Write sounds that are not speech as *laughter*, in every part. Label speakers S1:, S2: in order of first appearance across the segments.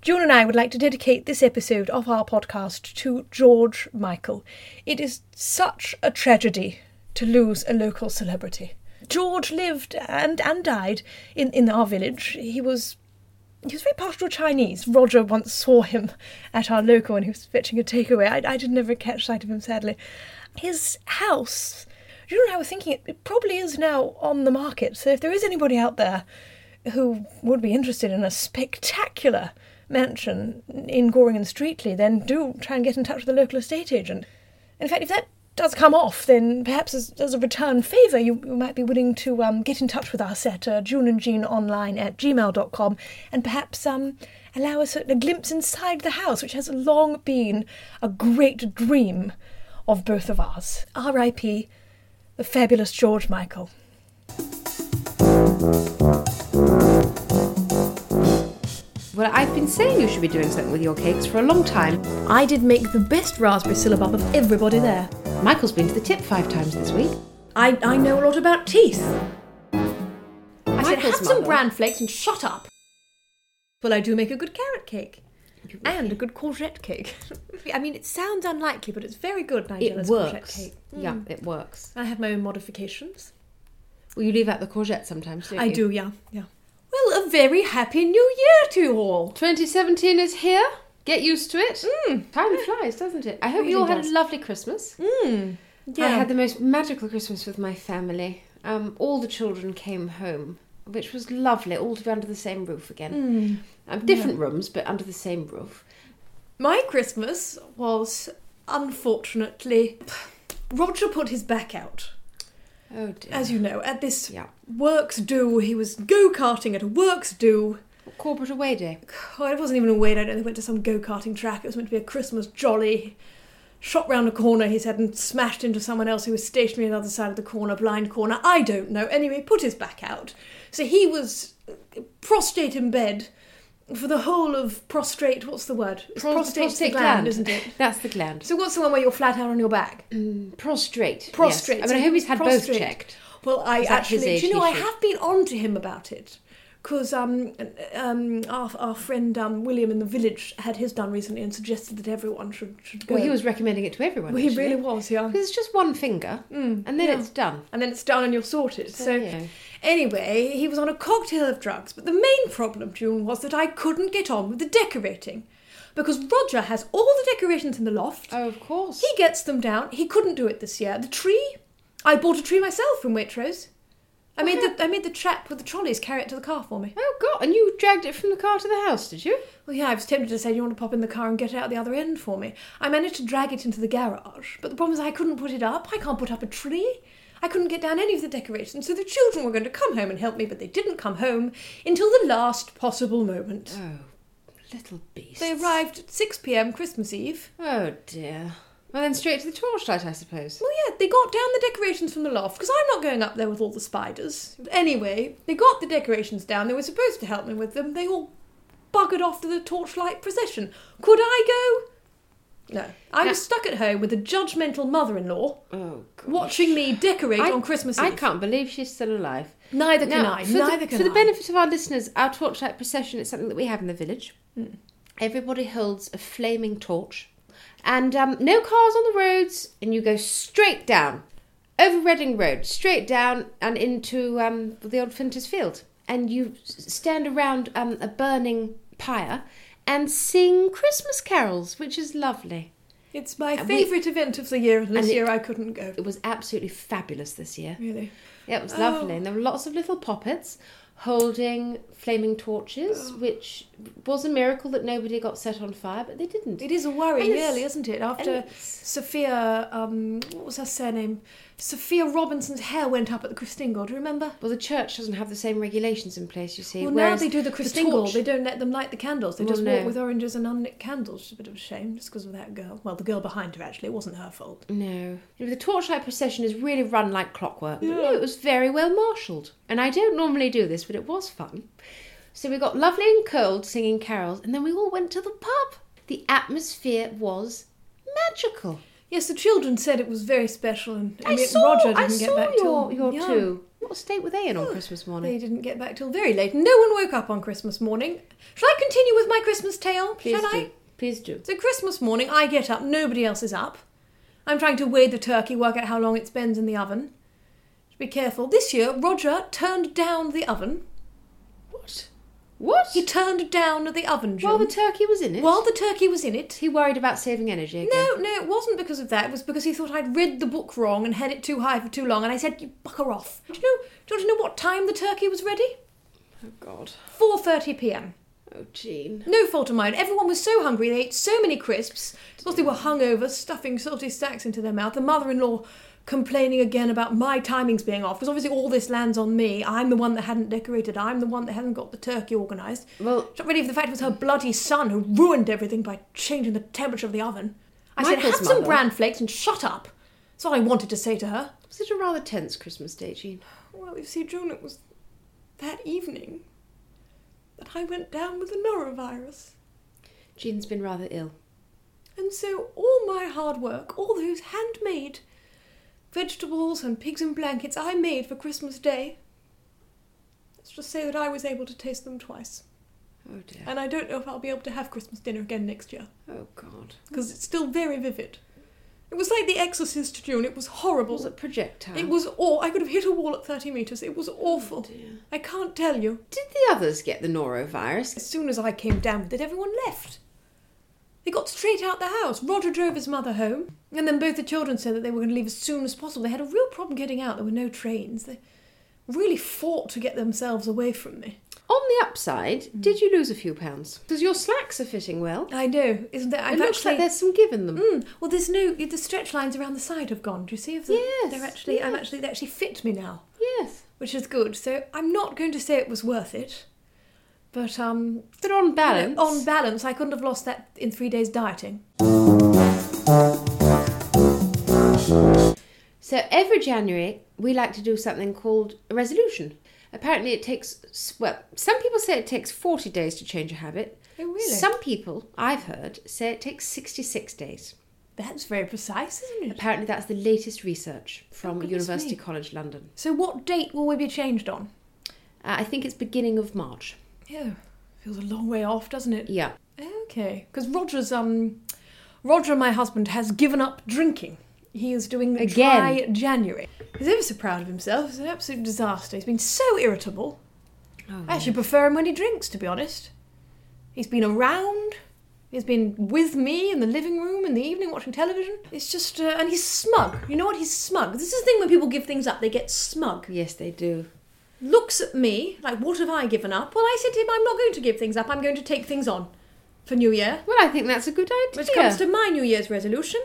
S1: June and I would like to dedicate this episode of our podcast to George Michael. It is such a tragedy to lose a local celebrity. George lived and, and died in, in our village. He was he was very partial to Chinese. Roger once saw him at our local when he was fetching a takeaway. I, I didn't ever catch sight of him, sadly. His house, you and I were thinking, it, it probably is now on the market. So if there is anybody out there who would be interested in a spectacular mansion in Goring and Streatley, then do try and get in touch with the local estate agent. In fact, if that does come off, then perhaps as, as a return favour, you, you might be willing to um, get in touch with us at uh, juneandjeanonline at gmail.com and perhaps um, allow us a, a glimpse inside the house, which has long been a great dream of both of ours. R.I.P. the fabulous George Michael.
S2: Well, I've been saying you should be doing something with your cakes for a long time.
S1: I did make the best raspberry syllabub of everybody there.
S2: Michael's been to the tip five times this week.
S1: I, I know a lot about teeth. I said,
S2: Michael's
S1: have some
S2: mother-
S1: bran flakes and shut up. Well, I do make a good carrot cake. And a good courgette cake. *laughs* I mean, it sounds unlikely, but it's very good,
S2: It
S1: Nigella's courgette
S2: works.
S1: cake. Mm.
S2: Yeah, it works.
S1: I have my own modifications.
S2: Well, you leave out the courgette sometimes, don't
S1: I
S2: you?
S1: do, yeah, yeah. Well, a very happy new year to you all.
S2: 2017 is here. Get used to it. Time flies, doesn't it? I hope
S1: Mm. really
S2: you all had
S1: does. Mm.
S2: a lovely Christmas. Hmm, I had the most magical Christmas with my family. Um, all the children came home, which was lovely, all to be under the same roof
S1: Mm.
S2: again. Um, different rooms, but under the same roof.
S1: My Christmas was unfortunately. *sighs* Roger put his back out.
S2: Oh dear.
S1: as you know, at this
S2: Yeah.
S1: works do, he was go karting at a works do.
S2: Corporate away day.
S1: Oh, it wasn't even a wait, I don't think, went to some go karting track. It was meant to be a Christmas jolly. Shot round a corner, he said, and smashed into someone else who was stationary on the other side of the corner, blind corner. I don't know. Anyway, put his back out. So he was uh, prostrate in bed for the whole of prostrate. What's the word? It's
S2: Pros-
S1: prostrate's the
S2: prostate
S1: gland,
S2: gland.
S1: isn't it?
S2: *laughs* That's the gland.
S1: So what's the one where you're flat out on your back?
S2: Prostrate. yes.
S1: prostrate.
S2: I mean, I hope he's had both
S1: Prostrate.
S2: checked.
S1: Well, I
S2: Is that
S1: actually,
S2: his
S1: do
S2: age
S1: you know,
S2: he
S1: I
S2: should?
S1: have been on to him about it because um, um, our, our friend um, William in the village had his done recently and suggested that everyone should should go.
S2: Well, he was recommending it to everyone.
S1: Well, he
S2: actually.
S1: really was, yeah.
S2: Because it's just one finger, and then
S1: yeah.
S2: it's done.
S1: And then it's done and you're sorted. So,
S2: yeah.
S1: anyway, he was on a cocktail of drugs. But the main problem, June, was that I couldn't get on with the decorating because Roger has all the decorations in the loft.
S2: Oh, of course.
S1: He gets them down. He couldn't do it this year. The tree, I bought a tree myself from Waitrose. I made the I made the chap with the trolleys carry it to the car for me.
S2: Oh God! And you dragged it from the car to the house, did you?
S1: Well, yeah, I was tempted to say, "Do you want to pop in the car and get it out the other end for me?" I managed to drag it into the garage, but the problem is I couldn't put it up. I can't put up a tree. I couldn't get down any of the decorations, so the children were going to come home and help me, but they didn't come home until the last possible moment.
S2: Oh, little beast.
S1: They arrived at 6 p.m. Christmas Eve.
S2: Oh dear. Well, then straight to the torchlight, I suppose.
S1: Well, yeah, they got down the decorations from the loft because I'm not going up there with all the spiders. Anyway, they got the decorations down. They were supposed to help me with them. They all buggered off to the torchlight procession. Could I go? No. I was stuck at home with a judgmental mother in law
S2: Oh God.
S1: watching me decorate
S2: I-
S1: on Christmas Eve.
S2: I can't believe she's still alive.
S1: Neither can
S2: Now,
S1: I.
S2: for
S1: Neither
S2: the,
S1: can
S2: For the
S1: I.
S2: benefit of our listeners, our torchlight procession is something that we have in the village.
S1: Hmm.
S2: Everybody holds a flaming torch, and um, no cars on the roads, and you go straight down over Reading Road, straight down and into um, the old Flinters Field, and you s- stand around um, a burning pyre and sing Christmas carols, which is lovely.
S1: It's my
S2: we-
S1: favourite event of the year, and this
S2: And it-
S1: year I couldn't
S2: *laughs*
S1: go.
S2: It was absolutely fabulous this year.
S1: Really.
S2: Yeah,
S1: Oh.
S2: it was lovely. And there were lots of little poppets holding flaming torches,
S1: Oh.
S2: which was a miracle that nobody got set on fire, but they didn't.
S1: It is a worry,
S2: And it's-
S1: really, isn't it? After
S2: it's-
S1: Sophia, um, what was her surname? Sophia Robinson's hair went up at the Christingle. Do you remember?
S2: Well, the church doesn't have the same regulations in place, you see.
S1: Well,
S2: whereas
S1: now they do the Christingle.
S2: torch-
S1: they don't let them light the candles. They
S2: Well,
S1: just walk
S2: no.
S1: with oranges and unlit candles. It's a bit of a shame, just because of that girl. Well, the girl behind her actually. It wasn't her fault.
S2: No. You know, the torchlight procession is really run like clockwork. But no, it was very well marshalled. And I don't normally do this, but it was fun. So we got lovely and cold singing carols, and then we all went to the pub. The atmosphere was magical.
S1: Yes, the children said it was very special, and, and
S2: I
S1: it-
S2: saw,
S1: Roger didn't
S2: I
S1: get
S2: saw
S1: back
S2: your,
S1: till
S2: your
S1: yeah.
S2: two. What state were they in on Christmas morning?
S1: They didn't get back till very late. No one woke up on Christmas morning. Shall I continue with my Christmas tale?
S2: Please
S1: Shall
S2: do.
S1: I?
S2: Please do.
S1: So Christmas morning, I get up. Nobody else is up. I'm trying to weigh the turkey, work out how long it's been in the oven. Be careful. This year, Roger turned down the oven.
S2: What? What?
S1: He turned down the oven, June.
S2: While the turkey was in it.
S1: While the turkey was in it.
S2: he worried about saving energy again.
S1: No, no, it wasn't because of that. It was because he thought I'd read the book wrong and had it too high for too long. And I said, "You bucker off." Do you know? Do you want to know what time the turkey was ready?
S2: Oh God.
S1: 4:30 p.m.
S2: Oh Jean.
S1: No fault of mine. Everyone was so hungry. They ate so many crisps. Plus, they were hungover, stuffing salty sacks into their mouth. The mother-in-law complaining again about my timings being off because obviously all this lands on me. I'm the one that hadn't decorated. I'm the one that hadn't got the turkey organised.
S2: Well,
S1: Not ready for the fact it was her bloody son who ruined everything by changing the temperature of the oven. I said,
S2: Michael's
S1: have some
S2: mother-
S1: bran flakes and shut up. That's all I wanted to say to her.
S2: was it a rather tense Christmas day, Jean?
S1: Well, you see, June, it was that evening that I went down with the norovirus.
S2: Jean's been rather ill.
S1: And so all my hard work, all those handmade vegetables and pigs in blankets I made for Christmas Day, let's just say that I was able to taste them twice.
S2: Oh dear.
S1: And I don't know if I'll be able to have Christmas dinner again next year.
S2: Oh God.
S1: because it's still very vivid. It was like The Exorcist, June. It was horrible.
S2: Was it projectile? Oh,
S1: It was aw. I could have hit a wall at 30 metres. It was awful.
S2: dear.
S1: I can't tell you.
S2: Did the others get the norovirus?
S1: As soon as I came down with it, everyone left. They got straight out the house. Roger drove his mother home, and then both the children said that they were going to leave as soon as possible. They had a real problem getting out. There were no trains. They really fought to get themselves away from me.
S2: On the upside, did you lose a few pounds? Because your slacks are fitting well.
S1: I know, isn't there? I've
S2: it looks
S1: actually...
S2: like there's some give in them.
S1: Mm, well, there's no the stretch lines around the side have gone. Do you see? If the,
S2: Yes,
S1: they're actually I'm
S2: yes.
S1: actually they actually fit me now,
S2: Yes.
S1: which is good. So I'm not going to say it was worth it, but um,
S2: But on balance.
S1: on balance, I couldn't have lost that in three days dieting.
S2: So every January, we like to do something called a resolution. Apparently, it takes, well, some people say it takes 40 days to change a habit.
S1: Oh, really?
S2: Some people, I've heard, say it takes 66 days.
S1: That's very precise, isn't it?
S2: Apparently, that's the latest research
S1: Oh,
S2: from
S1: goodness
S2: University
S1: me.
S2: College London.
S1: So what date will we be changed on?
S2: Uh, I think it's beginning of March.
S1: Oh, feels a long way off, doesn't it?
S2: Yeah.
S1: Okay, because Roger's um, Roger, my husband, has given up drinking. He is doing the dry
S2: Again.
S1: January. He's ever so proud of himself. It's an absolute disaster. He's been so irritable.
S2: Oh,
S1: I actually prefer him when he drinks, to be honest. He's been around. He's been with me in the living room in the evening watching television. It's just, uh, and he's smug. You know what? He's smug. This is the thing when people give things up, they get smug.
S2: Yes, they do.
S1: Looks at me like, what have I given up? Well, I said to him, I'm not going to give things up. I'm going to take things on for New Year.
S2: Well, I think that's a good idea.
S1: Which comes to my New Year's resolution,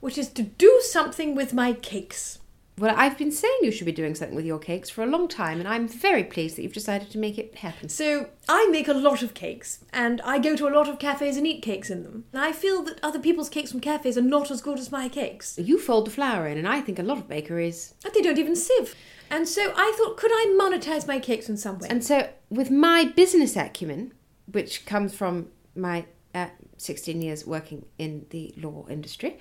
S1: which is to do something with my cakes.
S2: Well, I've been saying you should be doing something with your cakes for a long time, and I'm very pleased that you've decided to make it happen.
S1: So I make a lot of cakes, and I go to a lot of cafes and eat cakes in them. And I feel that other people's cakes from cafes are not as good as my cakes,
S2: You fold the flour in, and I think a lot of bakeries
S1: and they don't even sieve. And so I thought, could I monetize my cakes in some way?
S2: And so, with my business acumen, which comes from my uh, 16 years working in the law industry,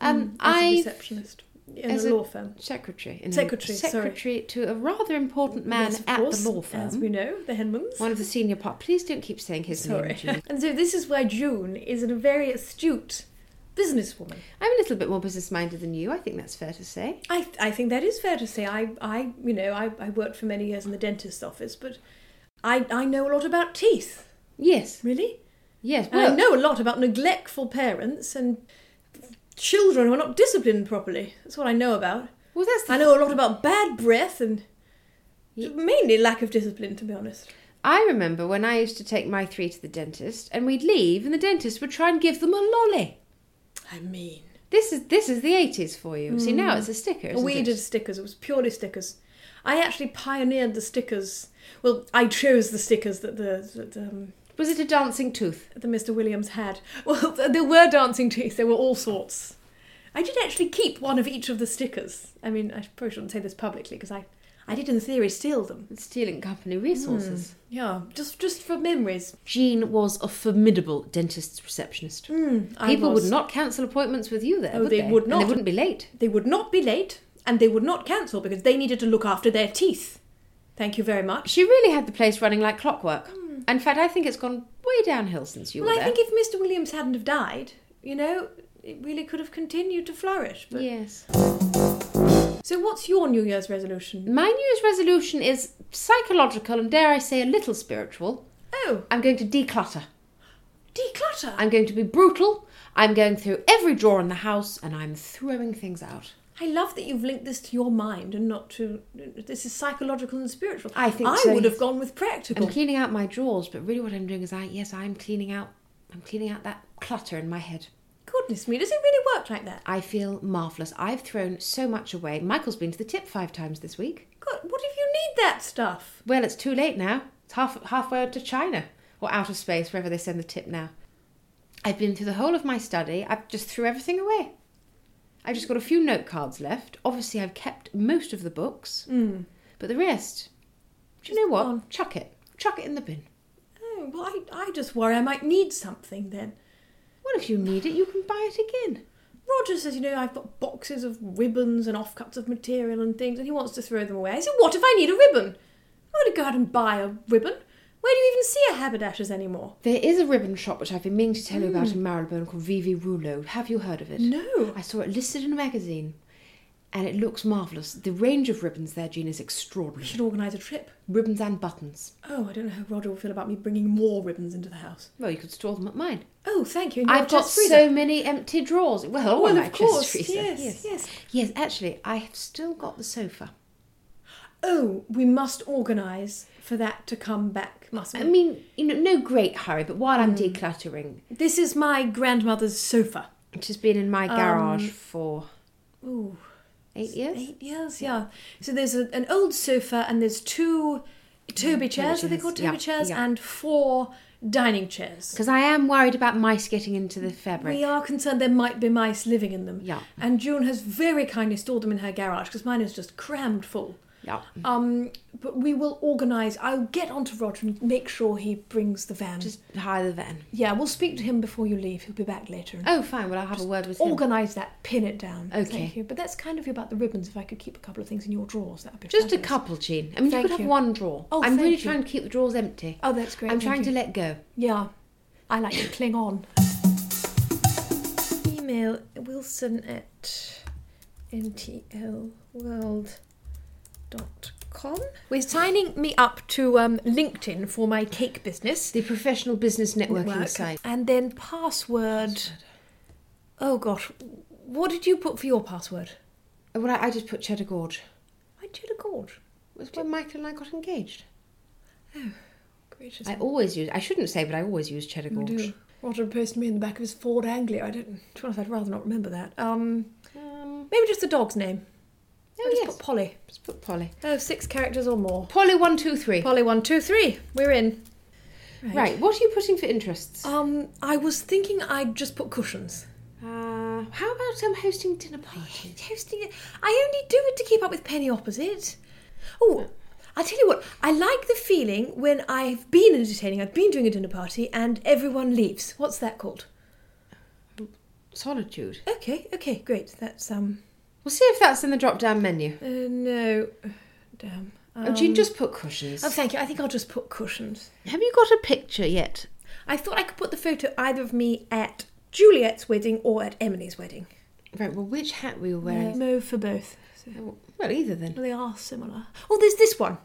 S2: um,
S1: as a
S2: I
S1: receptionist in
S2: as
S1: a
S2: a-
S1: law firm.
S2: secretary in
S1: Secretary, sorry.
S2: secretary to a rather important man
S1: Yes, of
S2: at
S1: course,
S2: the law
S1: as
S2: firm,
S1: we know, the Henmans.
S2: one of the senior part. Please don't keep saying his name.
S1: Sorry.
S2: Julie.
S1: *laughs* and so this is why June is a very astute businesswoman.
S2: I'm a little bit more business minded than you. I think that's fair to say.
S1: I, I think that is fair to say. I, I you know, I, I worked for many years in the dentist's office, but I, I know a lot about teeth,
S2: Yes,
S1: really.
S2: yes.
S1: And I know a lot about neglectful parents and children who are not disciplined properly. That's what I know about.
S2: well, that's the
S1: I know a lot about bad breath and
S2: Ye-
S1: mainly lack of discipline, to be honest.
S2: I remember when I used to take my three to the dentist, and we'd leave, and the dentist would try and give them a lolly.
S1: I mean,
S2: This is this is the eighties for you. See
S1: Mm.
S2: now it's a sticker. Isn't
S1: we
S2: it?
S1: did stickers. It was purely stickers. I actually pioneered the stickers. Well, I chose the stickers that the, that, um,
S2: Was it a dancing tooth?
S1: that Mr. Williams had. *laughs* Well, th- there were dancing teeth, there were all sorts. I did actually keep one of each of the stickers. I mean, I probably shouldn't say this publicly because I, I did in theory steal them.
S2: It's stealing company
S1: Hmm.
S2: resources.
S1: Yeah, just just for memories.
S2: Jean was a formidable dentist's receptionist.
S1: Mm, I
S2: Hmm. People
S1: was-
S2: would not cancel appointments with you there.
S1: Oh,
S2: would
S1: they would
S2: And
S1: not.
S2: they wouldn't be late.
S1: They would not be late, and they would not cancel because they needed to look after their teeth. Thank you very much.
S2: She really had the place running like clockwork. In fact, I think it's gone way downhill since you
S1: Hmm. Well,
S2: were
S1: I
S2: there.
S1: think if Mr. Williams hadn't have died, you know, it really could have continued to flourish. But...
S2: yes.
S1: So, what's your New Year's resolution?
S2: My New Year's resolution is psychological and, dare I say, a little spiritual.
S1: Oh,
S2: I'm going to declutter.
S1: declutter.
S2: I'm going to be brutal. I'm going through every drawer in the house and I'm throwing things out.
S1: I love that you've linked this to your mind and not to. This is psychological and spiritual.
S2: I think
S1: I
S2: so,
S1: would
S2: yes.
S1: have gone with
S2: I'm
S1: practical.
S2: cleaning out my drawers, but really what I'm doing is I yes, I'm cleaning out I'm cleaning out that clutter in my head.
S1: Goodness me, does it really work like that?
S2: I feel marvellous. I've thrown so much away. Michael's been to the tip five times this week.
S1: God, what if you need that stuff?
S2: Well, it's too late now. It's half halfway to China or outer space, wherever they send the tip now. I've been through the whole of my study. I've just threw everything away. I've just got a few note cards left. Obviously, I've kept most of the books, but the rest, do you know what?
S1: gone.
S2: Chuck it. Chuck it in the bin.
S1: Oh, well, I, I just worry I might need something then.
S2: Well, if you need it, you can buy it again.
S1: Roger says, you know, I've got boxes of ribbons and offcuts of material and things, and he wants to throw them away. I said, what if I need a ribbon? I'm going to go out and buy a ribbon. Where do you even see a haberdasher's anymore?
S2: There is a ribbon shop which I've been meaning to tell you about in Marylebone called Vivi Rouleau. Have you heard of it?
S1: Hmm. No.
S2: I saw it listed in a magazine and it looks marvellous. The range of ribbons there, Jean, is
S1: We
S2: extraordinary.
S1: should organise a trip.
S2: Ribbons and buttons.
S1: Oh, I don't know how Roger will feel about me bringing more ribbons into the house.
S2: Well, you could store them at mine.
S1: Oh, thank you. in your
S2: I've got
S1: chest freezer.
S2: so many empty drawers. Well, all
S1: well,
S2: my
S1: of
S2: chest
S1: course.
S2: freezer.
S1: Yes, yes,
S2: Yes, actually, I have still got the sofa.
S1: Oh, we must organise for that to come back, Um, mustn't
S2: I
S1: we?
S2: mean, you know, no great hurry, but while I'm
S1: Mm.
S2: decluttering,
S1: this is my grandmother's sofa.
S2: which has been in my garage for
S1: Um, Ooh.
S2: eight years.
S1: Eight years, yeah. So there's a, an old sofa and there's two Toby chairs, are they
S2: Mm, chairs,
S1: called Toby
S2: yeah,
S1: chairs?
S2: yeah.
S1: And four dining chairs.
S2: Because I am worried about mice getting into the fabric.
S1: We are concerned there might be mice living in them.
S2: Yeah.
S1: And June has very kindly stored them in her garage because mine is just crammed full.
S2: Yeah.
S1: Um, but we will organise. I'll get onto Roger and make sure he brings the van.
S2: Just hire the van.
S1: yeah, we'll speak to him before you leave. He'll be back later. and
S2: Oh, fine. Well, I'll have a word with him.
S1: Organise that, pin it down.
S2: Okay.
S1: Thank you. But that's kind of about the ribbons. If I could keep a couple of things in your drawers, that would be
S2: Just a
S1: fabulous.
S2: couple, Jean. I mean,
S1: Thank
S2: you could
S1: you.
S2: have one drawer.
S1: Oh,
S2: I'm
S1: thank
S2: really
S1: you.
S2: trying to keep the drawers empty.
S1: Oh, that's great.
S2: I'm
S1: thank
S2: trying
S1: you.
S2: to let go.
S1: Yeah, I like to cling on. Email wilson at ntlworld.com. We're signing me up to um, LinkedIn for my cake business.
S2: The professional business networking
S1: Work.
S2: site.
S1: And then password. Oh gosh, what did you put for your password?
S2: Oh, Well, I, I just put Cheddar Gorge.
S1: I did a gorge.
S2: It was when Michael and I got engaged.
S1: Gracious.
S2: I always use. I shouldn't say, but I always use Cheddar
S1: You
S2: Gorge.
S1: do. Roger posted me in the back of his Ford Anglia. I don't. To be honest, I'd rather not remember that. Um,
S2: Um,
S1: maybe just the dog's name.
S2: oh
S1: I just
S2: yes,
S1: put Polly.
S2: just put Polly.
S1: Oh, six characters or more.
S2: Polly one two three.
S1: Polly one, two, three. We're in.
S2: Right. What are you putting for interests?
S1: Um, I was thinking I'd just put cushions.
S2: Uh, how about um, hosting dinner party?
S1: Toasting it. I only do it to keep up with Penny opposite. Oh, I'll tell you what. I like the feeling when I've been entertaining, I've been doing a dinner party, and everyone leaves. What's that called?
S2: Solitude.
S1: Okay, okay, great. That's um.
S2: We'll see if that's in the drop-down menu.
S1: Uh, no, damn.
S2: oh, Jean, just put cushions.
S1: Oh, thank you. I think I'll just put cushions.
S2: Have you got a picture yet?
S1: I thought I could put the photo either of me at Juliet's wedding or at Emily's wedding.
S2: Right, well, which hat were
S1: No,
S2: you wearing?
S1: Uh, for both. So.
S2: Oh, Well, either then.
S1: Well, They are similar. Oh, there's this one.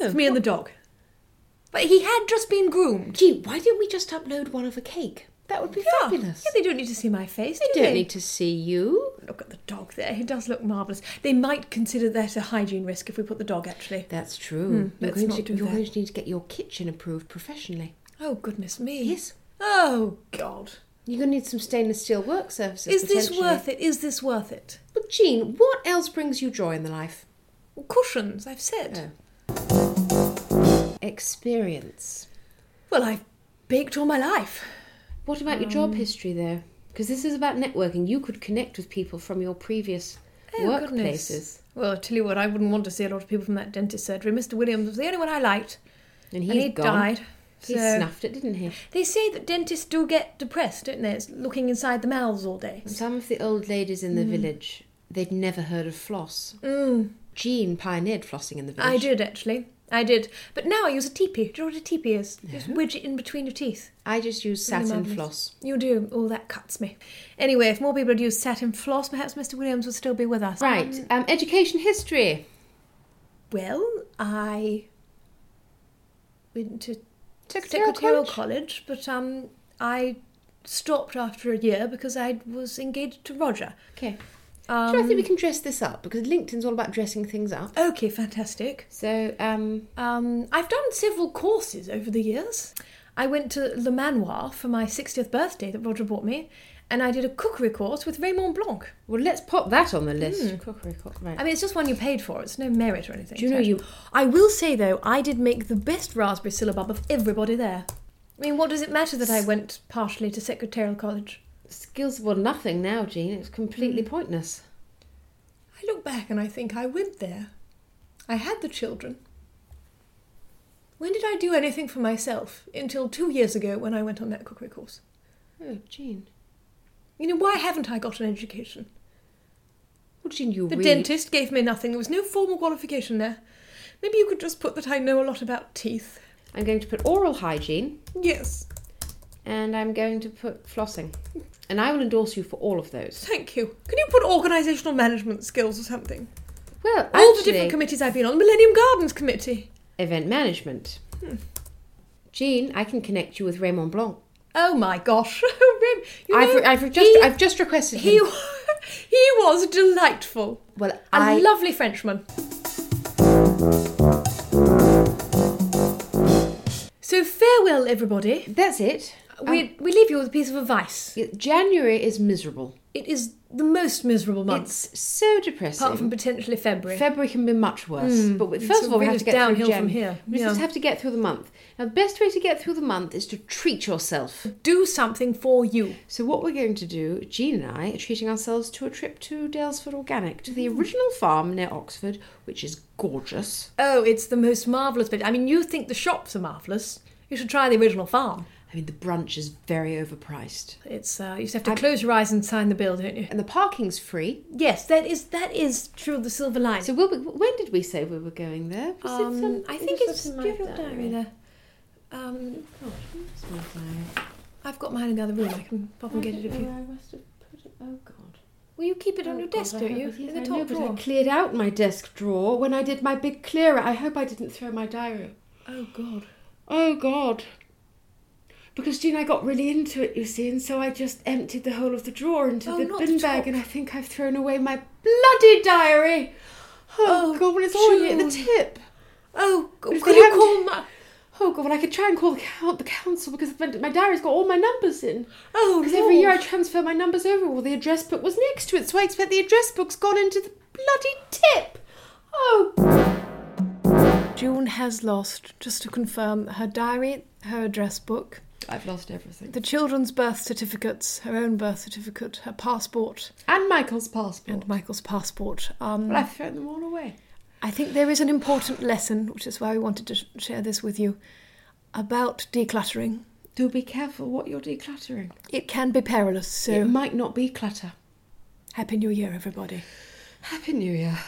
S1: It's
S2: Oh,
S1: me and the dog. But he had just been groomed.
S2: Gee, why didn't we just upload one of a cake? That would be fabulous.
S1: Yeah, they don't need to see my face, do
S2: Don't need to see you.
S1: Look at the dog there. He does look marvellous. They might consider that a hygiene risk if we put the dog, actually.
S2: That's true.
S1: let's
S2: Hmm, you're
S1: not
S2: going, to,
S1: do
S2: you're
S1: that.
S2: going to need to get your kitchen approved professionally.
S1: Oh, goodness me.
S2: Yes.
S1: Oh, God.
S2: You're going to need some stainless steel work surfaces.
S1: Is this
S2: potentially.
S1: worth it? Is this worth it?
S2: But Jean, what else brings you joy in the life?
S1: Cushions, I've said.
S2: Experience.
S1: Well, I've baked all my life.
S2: What about your job history, though? Because this is about networking. You could connect with people from your previous
S1: Oh, goodness.
S2: workplaces,
S1: Well, I tell you what, I wouldn't want to see a lot of people from that dentist surgery. Mr. Williams was the only one I liked,
S2: and he's
S1: and he
S2: gone.
S1: died.
S2: He
S1: so-
S2: snuffed it, didn't he?
S1: They say that dentists do get depressed, don't they? It's looking inside the mouths all day.
S2: Some of the old ladies in the village They'd never heard of floss.
S1: Mm,
S2: Jean pioneered flossing in the village.
S1: I did actually. I did. But now I use a teepee. Do you know what a teepee is? Just widget in between your teeth.
S2: I just use
S1: Really
S2: satin
S1: marvellous.
S2: floss.
S1: You do. Oh, that cuts me. Anyway, if more people had used satin floss, perhaps Mr. Williams would still be with us.
S2: Right, um, education history.
S1: Well, I went to
S2: Secretarial,
S1: Secretarial College,
S2: College.
S1: but um, I stopped after a year because I was engaged to Roger.
S2: Okay.
S1: Um,
S2: Do you know, I think we can dress this up because LinkedIn's all about dressing things up.
S1: Okay, fantastic.
S2: So, um,
S1: Um, I've done several courses over the years. I went to Le Manoir for my 60th birthday that Roger bought me, and I did a cookery course with Raymond Blanc.
S2: well, let's pop that on the
S1: Mm.
S2: list. Cookery, co- right.
S1: I mean, it's just one you paid for, it's no merit or anything.
S2: Do you know
S1: so-
S2: you-
S1: I will say, though, I did make the best raspberry syllabub of everybody there. I mean, what does it matter that I went partially to secretarial college?
S2: Skills were nothing now, Jean. It's
S1: Mm.
S2: completely pointless.
S1: I look back and I think I went there. I had the children. When did I do anything for myself? Until two years ago when I went on that cookery course.
S2: Oh, Jean.
S1: You know, why haven't I got an education?
S2: Well, Jean, you
S1: The
S2: read.
S1: dentist gave me nothing. There was no formal qualification there. Maybe you could just put that I know a lot about teeth.
S2: I'm going to put oral hygiene
S1: Yes,
S2: and I'm going to put flossing. And I will endorse you for all of those.
S1: thank you. Can you put organisational management skills or something?
S2: Well,
S1: All the
S2: actually,
S1: different committees I've been on. The Millennium Gardens Committee.
S2: event management.
S1: Hmm.
S2: Jean, I can connect you with Raymond Blanc.
S1: Oh my gosh. *laughs* Rem, you
S2: I've,
S1: know,
S2: I've just
S1: he,
S2: I've just requested
S1: he,
S2: him.
S1: *laughs* he was delightful.
S2: Well,
S1: A
S2: I
S1: lovely Frenchman. So farewell, everybody.
S2: that's it.
S1: We,
S2: Um,
S1: we leave you with a piece of advice.
S2: yeah, January is miserable.
S1: It is the most miserable month,
S2: It's so depressing.
S1: apart from potentially February. Hmm.
S2: February can be much worse. but we-
S1: it's
S2: first of all, we
S1: really
S2: have to get
S1: downhill
S2: through Jan-
S1: from here.
S2: We
S1: Yeah.
S2: just have to get through the month. Now, the best way to get through the month is to treat yourself.
S1: Do something for you.
S2: So, what we're going to do, Jean and I, are treating ourselves to a trip to Dalesford Organic, to the
S1: Hmm.
S2: original farm near Oxford, which is gorgeous.
S1: Oh, it's the most marvellous bit. I mean, you think the shops are marvellous. You should try the original farm.
S2: I mean, the brunch is very overpriced,
S1: It's uh, you just have to close your eyes and sign the bill, don't you?
S2: and the parking's free.
S1: Yes, that is that is true. of The silver line.
S2: So, we'll be, when did we say we were going there? Was it
S1: um,
S2: some-
S1: I think
S2: was
S1: it's
S2: that in my
S1: do you have your
S2: diary?
S1: diary there. Um,
S2: God, where's my diary?
S1: I've got mine in the other room. I can pop and get it if you.
S2: I must have put it. Oh God. Oh,
S1: Well, you keep it on your desk, don't you? In the top drawer.
S2: I cleared out my desk drawer when I did my big clear out. I hope I didn't throw my diary.
S1: Oh God.
S2: Oh God. Because Jean, I got really into it, you see, and so I just emptied the whole of the drawer into
S1: Oh,
S2: the
S1: not
S2: bin
S1: the top.
S2: bag, and I think I've thrown away my bloody diary.
S1: Oh,
S2: Oh, God, well, it's all near the
S1: June.
S2: tip.
S1: Oh God.
S2: We've
S1: Could
S2: got
S1: you
S2: hand-
S1: call my?
S2: Oh God, well, I could try and call the, count, the council because my my diary's got all my numbers in.
S1: Oh
S2: Because every year I
S1: Lord.
S2: transfer my numbers over, well, the address book was next to it, so I expect the address book's gone into the bloody tip. Oh,
S1: June has lost, just to confirm, her diary, her address book,
S2: I've lost everything.
S1: the children's birth certificates, her own birth certificate, her passport,
S2: And Michael's passport.
S1: and Michael's passport. Um,
S2: But I've thrown them all away.
S1: I think there is an important lesson, which is why we wanted to sh- share this with you, about decluttering.
S2: Do be careful what you're decluttering.
S1: It can be perilous, so
S2: It might not be clutter.
S1: Happy New Year, everybody.
S2: Happy New Year.